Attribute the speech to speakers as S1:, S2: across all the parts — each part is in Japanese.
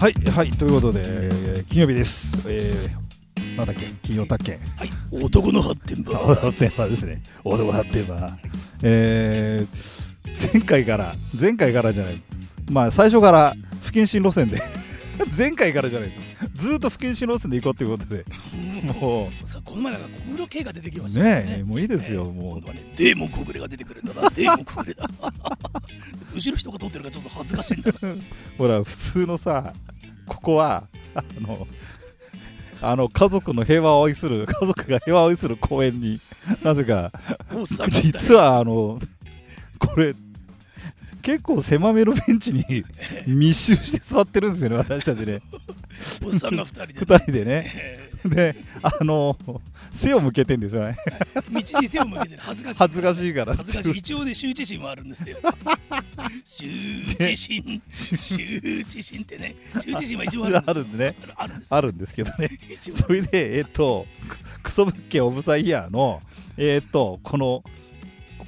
S1: はいはいということで、えー金曜日です、えー、なんだっけ金曜たっけ
S2: はい、男の発展場。
S1: オーテーマですね。オーテーマ。えー、前回から、前回からじゃない。まあ、最初から不謹慎路線で。 前回からじゃない。ずーっと不謹慎路線で行こうということで。も
S2: さこの前なんか小室圭が出てきま
S1: う、
S2: したから
S1: ねえ、もういいですよ、も
S2: 今度はね、デーモン小暮が出てくるんだな、デーモン小暮だ。 後ろ人が通ってるからちょっと恥ずかしいんだな。
S1: う。ほら、普通のさ、ここは、あの、あの家族の平和を愛する、家族が平和を愛する公園に、なぜか、
S2: お さ
S1: 実はあのこれ結構狭めのベンチ に密集して座ってるんですよね私たちね
S2: おっさんが二人で。
S1: 2人でね
S2: え
S1: であの背を向けてんですよね
S2: ー道に背を向けてる 恥ずかしい。
S1: 恥ずかしいから
S2: 恥ずかしい。一応ね、羞恥心はあるんですよ。 羞恥心。羞恥心ってね、羞恥心は一応あるんですよ。
S1: あるんでね
S2: あるんですよ。
S1: あるんですけどね
S2: 一応
S1: それでえっとクソ物件オブザイヤーのえっとこの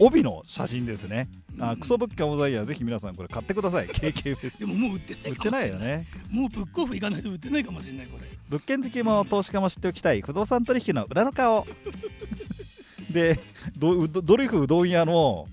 S1: 帯の写真ですねあクソ物件オブザイヤーぜひ皆さんこれ買ってください KKB です
S2: でももう売ってない
S1: 売ってないよね
S2: もうブックオフ行かないと売ってないかもしれない、これ。
S1: 物件好きも投資家も知っておきたい不動産取引の裏の 顔でドドドリフうどん屋の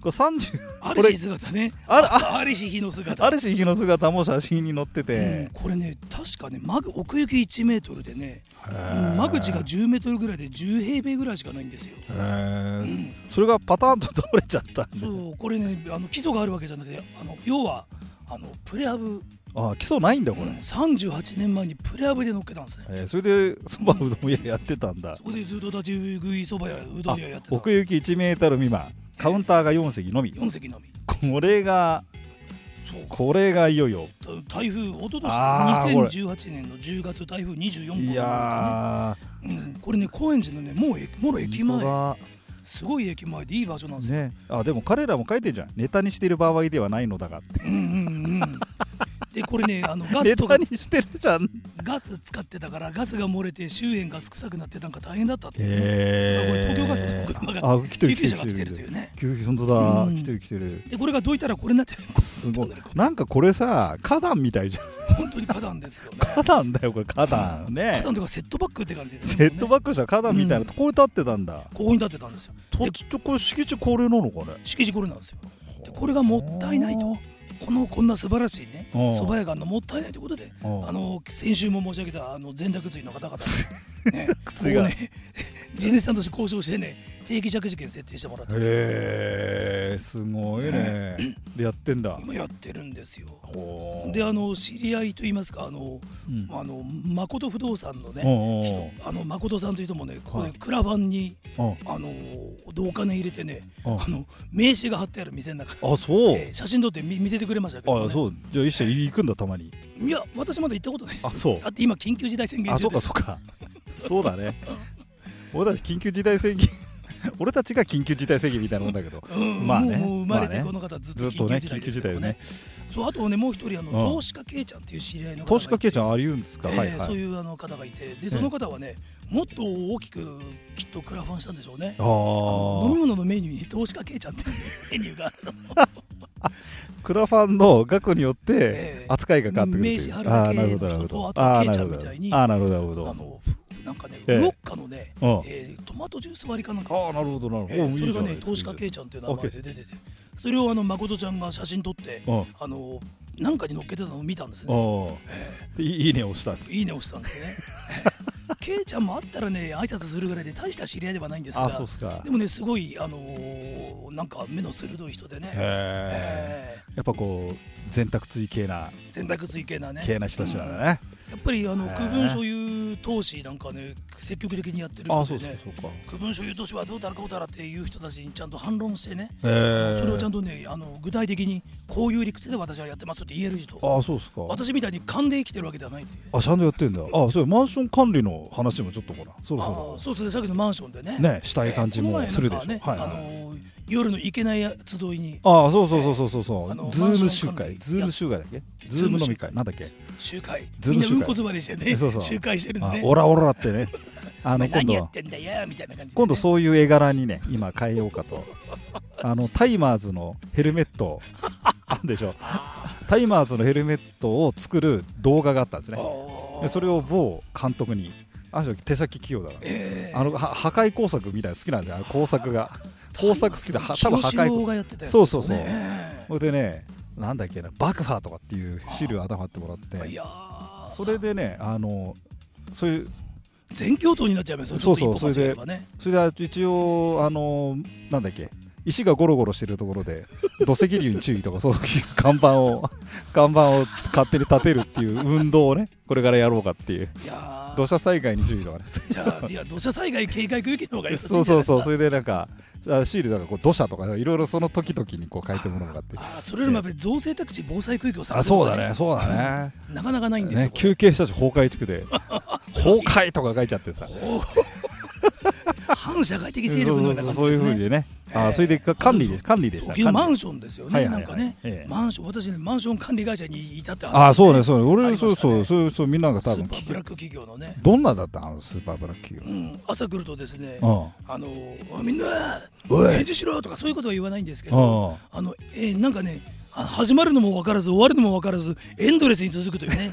S1: これ30
S2: あ
S1: れ
S2: るし姿ね。
S1: あるあ
S2: あるし日の姿。
S1: ある種の姿も写真に載ってて
S2: うん、これね確かねマグ奥行き1メートルでね
S1: へー
S2: 間口が10メートルぐらいで10平米ぐらいしかないんですよ、
S1: へ
S2: う
S1: ー
S2: ん、
S1: それがパターンと倒れちゃったんで
S2: そうこれねあの基礎があるわけじゃなくてあの要はあのプレハブ
S1: あ基礎ないんだこれ、
S2: 38年前にプレハブで乗っけたんですね
S1: えーそれでそばうどん屋やってたんだ
S2: そこでずっと立ち食いそばやうど
S1: あ
S2: ん屋やってた
S1: 奥行き1メートル未満カウンターが4席のみ
S2: 4席のみ
S1: これが
S2: そう
S1: これがいよいよ
S2: た台風おととし
S1: あーこれ
S2: 2018年の10月台風24号
S1: いや
S2: ねうん、これね高円寺のねもうえもろ
S1: ー
S2: 駅
S1: 本当
S2: 前
S1: だ
S2: すごい駅前でいい場所なんですよ
S1: ね、あでも彼らも書いてんじゃんネタにしている場合ではないのだがって
S2: うんうんうんでこれね あのガ
S1: ネ
S2: スとか
S1: タにしてるじゃんへ
S2: ガス使ってたからガスが漏れて周辺ガス臭くなってなんか大変だったって、
S1: え
S2: これ東京ガスの車が
S1: あ来てる
S2: 救急
S1: 来て
S2: 車
S1: る
S2: が
S1: 来
S2: 来
S1: て
S2: て
S1: る来て
S2: るとい
S1: る
S2: うね
S1: 急に本当だ、
S2: うん
S1: 来てる来てる
S2: でこれがどいたらこれになって
S1: すごい
S2: こう
S1: なんかこれさ花壇みたいじゃん
S2: 本当に 花壇ですよね
S1: 花壇だよこれ花壇ね
S2: 花壇とかセットバックって感じです
S1: セット
S2: ック
S1: バックした花壇みたいなとこに立ってたんだ、
S2: ここに立ってたんですよ
S1: とちょっとこれ敷地高齢なのかね
S2: 敷地これなんですよでこれがもったいないとこのこんな素晴らしいね
S1: うん
S2: 蕎麦屋があるのもったいないということで
S1: うん
S2: あの先週も申し上げたあの全諾追の方々 ね
S1: 墜が
S2: ここね地主さんとして交渉してね定期着事件設定してもらって
S1: へえすごいねでやってんだ
S2: 今やってるんですよ
S1: ほー
S2: であの知り合いといいますかあの、
S1: うん
S2: あの誠不動産のね、
S1: お
S2: あの誠さんという人もねここ
S1: は
S2: でクラファンに、
S1: うおうおう
S2: あのお金入れてね、
S1: うん
S2: あの名刺が貼ってある店の中
S1: あそう、
S2: えー写真撮ってみ見せてくれましたけどね、
S1: あそうじゃあ一緒に行くんだたまに
S2: いや私まだ行ったことないです
S1: あそう
S2: だって今緊急事態宣言
S1: あ
S2: 中
S1: そう
S2: で
S1: か
S2: す
S1: そう かそうだね 俺たち緊急事態宣言 俺たちが緊急事態宣言みたいなもんだけど
S2: うん
S1: まあね
S2: もうもう生まれ
S1: まあ
S2: て
S1: ね
S2: この方ず
S1: ず
S2: っと
S1: っとね
S2: 緊急
S1: 緊急
S2: 事
S1: 事
S2: 態
S1: 態
S2: で
S1: です
S2: ね
S1: ね
S2: そうあとねもう一人あの、
S1: うん
S2: 投資家けいちゃんっていう知り合いの方が
S1: 投資家けいちゃんあり言うんですか、
S2: えー
S1: はいはい
S2: そういうあの方がいてでその方はね、もっと大きくきっとクラファンしたんでしょうね
S1: あ
S2: 飲み
S1: ー
S2: 物のメニューに投資家けいちゃんっていうメニューがあるの
S1: クラファンの額によって
S2: えー
S1: 扱いが変わってくるという
S2: 名刺貼る
S1: あー
S2: だけ
S1: なるほどなるほど
S2: の人とあと
S1: あー
S2: けい
S1: な
S2: ちゃ
S1: る
S2: ん
S1: ほ
S2: み
S1: ど
S2: たいに
S1: あーなるほどなるほど
S2: あのなんかね、
S1: ええ
S2: ウォッカのね、
S1: うん
S2: えートマトジュース割りかなんか、
S1: ああなるほどなるほど、
S2: えー
S1: おう
S2: そ
S1: いい
S2: れがね
S1: じゃないです
S2: 投資家けいちゃんっていう名前で出ててそれをあの誠ちゃんが写真撮って、
S1: うん
S2: あのなんかに載っけてたのを見たんです
S1: あ
S2: ね
S1: ーでいいいいねを押したんです
S2: いいねをしたんですね けいちゃんもあったらね挨拶するぐらいで大した知り合いではないんですが
S1: あそうっすか
S2: でもねすごいあのーなんか目の鋭い人でね
S1: へえ
S2: え
S1: やっぱこう全託追系な
S2: ー全択追系なね
S1: 系な人たちなんだね、
S2: うんやっぱりあの
S1: へー
S2: 区分所有投資なんかね積極的にやってる
S1: ああ
S2: 人
S1: そう
S2: で
S1: そう
S2: ね
S1: そうか
S2: 区分所有投資はどうだらこうだらっていう人たちにちゃんと反論してね
S1: へえ
S2: それをちゃんとねあの具体的にこういう理屈で私はやってますって言える人
S1: ああそうですか
S2: 私みたいに勘で生きてるわけではないっていう
S1: あちゃんとやってんだあそうマンション管理の話もちょっとほらそろ
S2: あ
S1: そ
S2: ーそうですねさっきのマンションでね
S1: ろねしたい感じ
S2: この
S1: も
S2: 前なんか
S1: するでしょ、
S2: ね
S1: はい、はい
S2: あのー夜のいけない集いに
S1: ああそうそうそうそうそうそ
S2: あの
S1: うズーム集
S2: マンション管
S1: 会
S2: 理
S1: ズーム集会だっけズーム飲み会なんだっけ
S2: 集会
S1: ズー
S2: みん
S1: ム
S2: な
S1: 集
S2: う
S1: 会
S2: んこ詰まりしてね
S1: そうそう
S2: 集会してるん
S1: あ
S2: でね
S1: オラオラってねあ
S2: お前
S1: の今
S2: 何
S1: 度
S2: やっ
S1: は
S2: てんだよみたいな感じでね
S1: 今度そういう絵柄にね今変えようかとあのタイマーズのヘルメットあんでしょ
S2: あ
S1: タイマーズのヘルメットを作る動画があったんですねでそ
S2: れ
S1: れを某監督にあの人手先器用だから
S2: え
S1: あのは破壊工作みたいなの好きなんだよあの工作が工作好きでは多分破壊工
S2: がやってたやつ
S1: そうそうそう
S2: ねえ
S1: それでねなんだっけなバクファーとかっていう資料頭ってもらっ
S2: い
S1: て
S2: や
S1: それでねあのそういう
S2: ー全教頭になっちゃいますよ
S1: そうそう
S2: ちょっと一歩間違えればね
S1: それで一応あのなんだっけ石がゴロゴロしてるところ で土石流に注意とかそういう看板を看板を勝手に立てるっていう運動をねこれからやろうかっていう
S2: いやー
S1: 土砂災害に注意とかね
S2: じゃあいや土砂災害警戒区域の方がよろしいんじ
S1: そ
S2: ゃ
S1: う
S2: な
S1: そう
S2: いですか
S1: そうそれでなんかあシールだからこう土砂とかいろいろその時々にこう書いてもらうのがあって
S2: あーそれよりもやっぱり造成宅地防災区域をさ
S1: あそうだねそうだね
S2: なかなかないんですよ、
S1: ね
S2: これ
S1: 休憩したし崩壊地区 で崩壊とか書いちゃってさ
S2: 反社会的
S1: そ
S2: 勢
S1: う
S2: 力の
S1: そ
S2: よう
S1: う
S2: な
S1: そうそういうふう
S2: 感じですね
S1: にね
S2: え
S1: あ
S2: え
S1: それで管理で管理でした
S2: 沖縄マ
S1: 管理
S2: ンションですよ
S1: は
S2: ね、
S1: いはいは
S2: ないんかね
S1: ええ、
S2: マンション、私ね、マンション管理会社にいたって話
S1: あそうねそうね
S2: あ
S1: 俺
S2: り
S1: そ
S2: ま
S1: う
S2: したね
S1: そうそうそうみんなが多分
S2: スーパーブラック企業のね、
S1: どんなだったのあのスーパーブラック企
S2: うん、朝来るとですね、
S1: 業
S2: あのおいみんな、
S1: おい
S2: 返事しろとかそういうことは言わないんですけ
S1: うん
S2: ど、あのえーなんかね、あ始まるのも分からず、終わるのも分からず、エンドレスに続くという ね、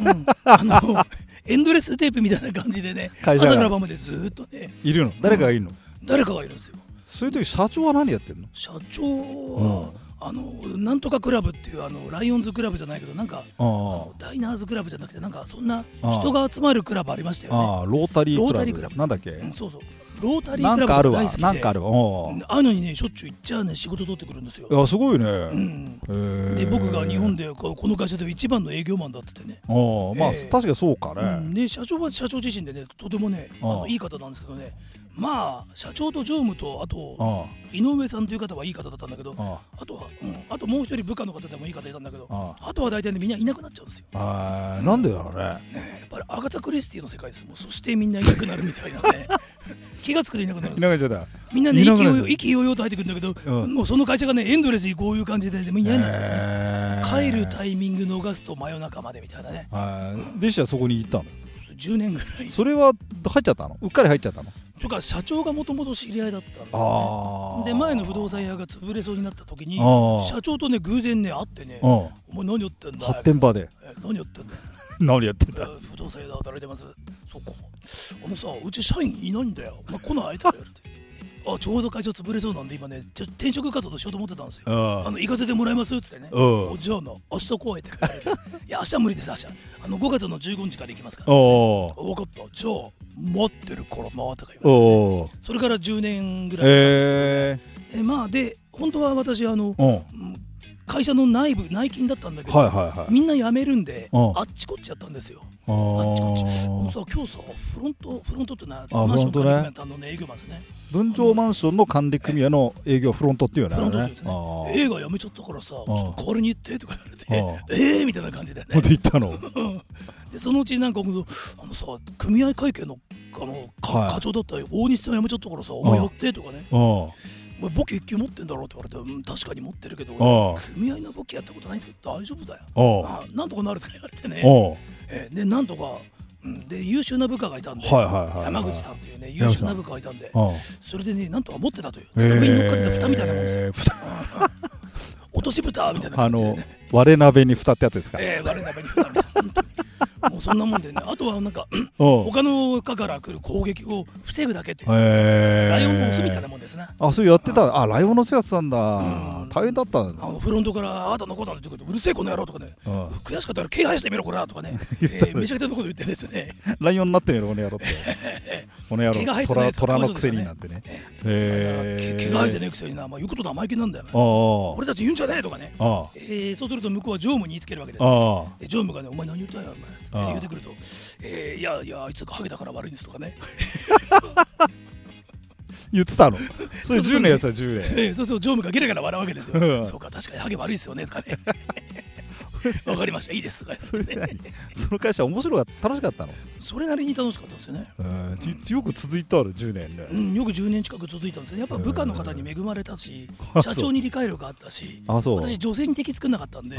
S2: うんあのエンドレステープみたいな感じでね、
S1: 会
S2: 朝
S1: 社が
S2: から晩までずーっとね、
S1: いるの誰かがいるの
S2: 誰かがいるんですよ。
S1: そういう時社長は何やってんの
S2: 社長は、あのなんとかクラブっていうあのライオンズクラブじゃないけどなんか
S1: あ
S2: ダイナーズクラブじゃなくてなんかそんな
S1: あー
S2: 人が集まるクラブありましたよ
S1: ああロータリーク
S2: ロータ
S1: ラ
S2: リー
S1: ブ
S2: クラブ
S1: なんだっけ
S2: ね、うん、そうそうロータリー
S1: な
S2: ク
S1: んか
S2: ラ
S1: あ
S2: ブ
S1: る
S2: が大
S1: わ
S2: 好きで
S1: なんかあるわお
S2: うんああいうのにねしょっちゅう行っちゃうね仕事取ってくるんですよ
S1: う、いやすごいね
S2: うん、
S1: へー
S2: で僕が日本でここの会社で一番の営業マンだっててね
S1: ああまあ、
S2: ええ
S1: 確かにそうかね、
S2: うん、で社長は社長自身でねとてもねあ
S1: あ
S2: の
S1: あ
S2: いい方なんですけどねまあ社長と常務とあと
S1: あ
S2: 井上さんという方はいい方だったんだけど
S1: ああ
S2: あとは、うん、あともう一人部下の方でもいい方いたんだけど
S1: あ
S2: あとは大体ねみんないなくなっちゃうんですよ、
S1: ああなんでだろうね
S2: ねやっぱりアガタ・クリスティの世界ですもうそしてみんないなくなるみたいなね 気がつくといなくなるんです
S1: が
S2: よ
S1: ちゃった
S2: みんなね
S1: いなく
S2: 息
S1: な
S2: を
S1: る
S2: よ息をよと入ってくるんだけど、
S1: うん
S2: もうその会社がねエンドレスにこういう感じで、ね、もう嫌になっちゃうんですね、
S1: え
S2: 帰るタイミング逃すと真夜中までみたいなね
S1: あーでしたらそこに行ったの
S2: 10年ぐらい
S1: それは入っちゃったのうっかり入っちゃったの
S2: とか社長がもともと知り合いだったんです
S1: あ
S2: よねで前の不動産屋が潰れそうになった時に
S1: あー
S2: 社長とね偶然ね会ってね「お
S1: うん
S2: 前何やってんだ?」
S1: 発展場で
S2: え何やってんだ
S1: 何やってん
S2: え不動産屋で働いてますそっかあのさうち社員いないんだよ、まあ、来ないとか言われてあちょうど会社潰れそうなんで今ねちょ転職活動しようと思ってたんですよ
S1: あ
S2: あの行かせてもらいますっつってね
S1: うん
S2: おじゃあな明日来いって言われていや明日無理です明日あの5月の15日から行きますから
S1: お
S2: 分かったじゃあ待ってるからなとか
S1: お
S2: 言われて
S1: お
S2: それから10年ぐらい
S1: え
S2: えまあで本当は私あの
S1: ー、うん
S2: うん会社の内部内勤だったんだけど、
S1: はいはいはい
S2: みんな辞めるんで、
S1: うん
S2: あっちこっちやったんですよ
S1: あ
S2: あっちこっち。あの
S1: ー
S2: さ、今日さ、フロント、フロントってな、
S1: あ
S2: マンション
S1: フロントね
S2: 管理組合のね、営業マンですね。
S1: 分譲マンションの管理組合の営業フロントっていう
S2: フロ
S1: よ
S2: ント
S1: ね
S2: ってですね。映画やめちゃったからさ、ちょっと代わりに行ってとか言われて、ええーみたいな感じで
S1: ほん
S2: ね。
S1: と行ったの
S2: で、そのうちなんか、あのさ、組合会計の、あの、か
S1: はい
S2: 課長だった大西さんやめちゃったからさ、お前やってとかね。
S1: うん
S2: お前、簿記一級持ってんだろうって言われて、うん、確かに持ってるけど、
S1: ああ
S2: 組合の簿記やったことないんですけど、大丈夫だよ。
S1: お
S2: あなんとかなるとか言われてね。
S1: お
S2: えーでなんとか、うん、で優秀な部下がいたんで、
S1: はいはいはいはい
S2: 山口さんというね優秀な部下がいたんで
S1: うん
S2: それでねなんとか持ってたという
S1: えー
S2: 畳に乗っかってた蓋みたいなもんですよ
S1: 蓋
S2: 落とし蓋みたいな
S1: あ
S2: 感じで、
S1: の
S2: ね、
S1: 割れ鍋に蓋ってやつですか
S2: えー、我ながらに蓋みたいな本当にもうそんなもんでねあとはなんか
S1: お
S2: 他の課から来る攻撃を防ぐだけっていう、
S1: え
S2: ライオンのオスみたいなもんですな、
S1: あそうやってたあライオンのせやってたんだ
S2: ん
S1: 大変だったんだ
S2: あのフロントからあなたのことなんて言うことうるせえこの野郎とかね、
S1: うん
S2: 悔しかったら敬愛してみろこらと かね、えーめちゃくちゃなこと言ってですね
S1: ライオンになってみろこの野郎っ てこの野
S2: 毛が生
S1: 郎
S2: えてない
S1: 虎
S2: やつ
S1: 虎のくせになんてねへ
S2: 毛
S1: え
S2: が生えてねえくせにな、まあ、言うこと生意気なんだよな
S1: ああ
S2: 俺たち言うんじゃねえとかね、
S1: ああ
S2: えーそうすると向こうは常務に言いつけるわけですよ
S1: あ
S2: で常務がね、お前何言ったんや、お
S1: ああ
S2: 前、言うてくると、えーいやいや、あいつハゲだから悪いんですとかね、
S1: 言って たのそれ10年やつは10年
S2: えーそうすると常務がゲラゲラ笑うわけです
S1: うん
S2: よ、そうか、確かにハゲ悪いですよねとか ね、わかりました、いいですとか言ってね、
S1: その会社面白かった楽しかったの
S2: それなりに楽しかったんですよね
S1: うんちよく続いてある10年
S2: う
S1: ね
S2: んよく10年近く続いたんですねやっぱ部下の方に恵まれたし
S1: あ
S2: 社長に理解力があったし
S1: あそう
S2: 私女性に敵作んなかったんで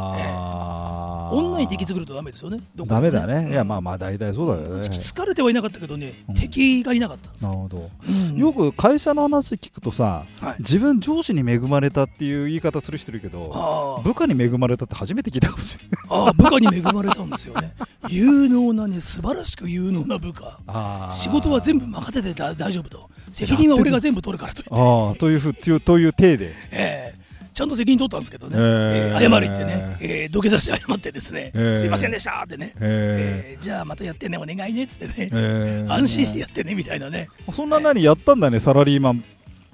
S1: ああ
S2: 女に敵作るとダメですよねどこ
S1: ダ
S2: でも
S1: メだねいやまあまあ大体そうだよ
S2: う
S1: ね
S2: ん好かれてはいなかったけどね、
S1: うん
S2: 敵がいなかったんです
S1: なるほど
S2: うん
S1: よく会社の話聞くとさ
S2: はい
S1: 自分上司に恵まれたっていう言い方する人いるけど
S2: あー
S1: 部下に恵まれたって初めて聞いたかもし れない
S2: あー部下に恵まれたんですよね 有能なね素晴らしく有能な部下
S1: あー
S2: 仕事は 全部任せてだ大丈夫と責任は俺が全部取るからと言って、
S1: ああというふうというという体で
S2: ええちゃんと責任取ったんですけどね、
S1: ええ
S2: ええ謝るってね、ええ土下座して謝ってですね、
S1: ええ
S2: すいませんでしたってね、
S1: え
S2: ええじゃあまたやってねお願いねっつってね、
S1: えー
S2: 安心してやってねみたいなね、
S1: そんな何やったんだねサラリーマン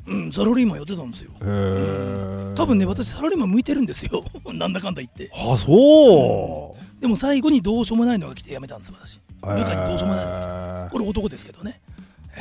S2: うん、サラリーマンやってたんですよ
S1: えー
S2: 多分ね私サラリーマン向いてるんですよ なんだかんだ言って
S1: あそう
S2: でも最後にどうしようもないのが来て辞めたんです私
S1: え
S2: 部
S1: ー
S2: 下にどうしようもないのが来たんですこれ男ですけどね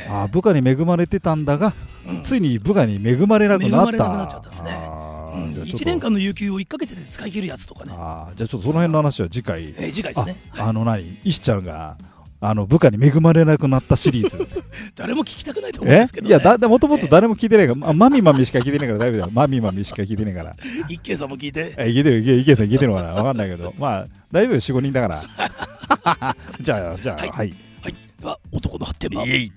S1: あ部下に恵まれてたんだが、
S2: うん
S1: ついに部下に恵まれなくなった
S2: 恵まれなくなっちゃったんですね
S1: あーじゃあちょっと
S2: 1年間の有給を1か月で使い切るやつとかね、
S1: あーじゃあちょっとその辺の話は次回、
S2: えー次回ですね
S1: ああの何石ちゃんがあの部下に恵まれなくなったシリーズ
S2: 誰も聞きたくないと思うん
S1: え
S2: ですけど、
S1: い
S2: ね、
S1: やだもともと誰も聞いてないから、まマミマミしか聞いてないから大丈夫だよマミマミしか聞いてないから
S2: 一慶さんも聞いて、
S1: えいけてるいけいけさんいけてるのかなわかんないけどまあ大丈夫45人だからじゃあじゃあ
S2: はい
S1: はい
S2: はい、では男の発展版
S1: イエイ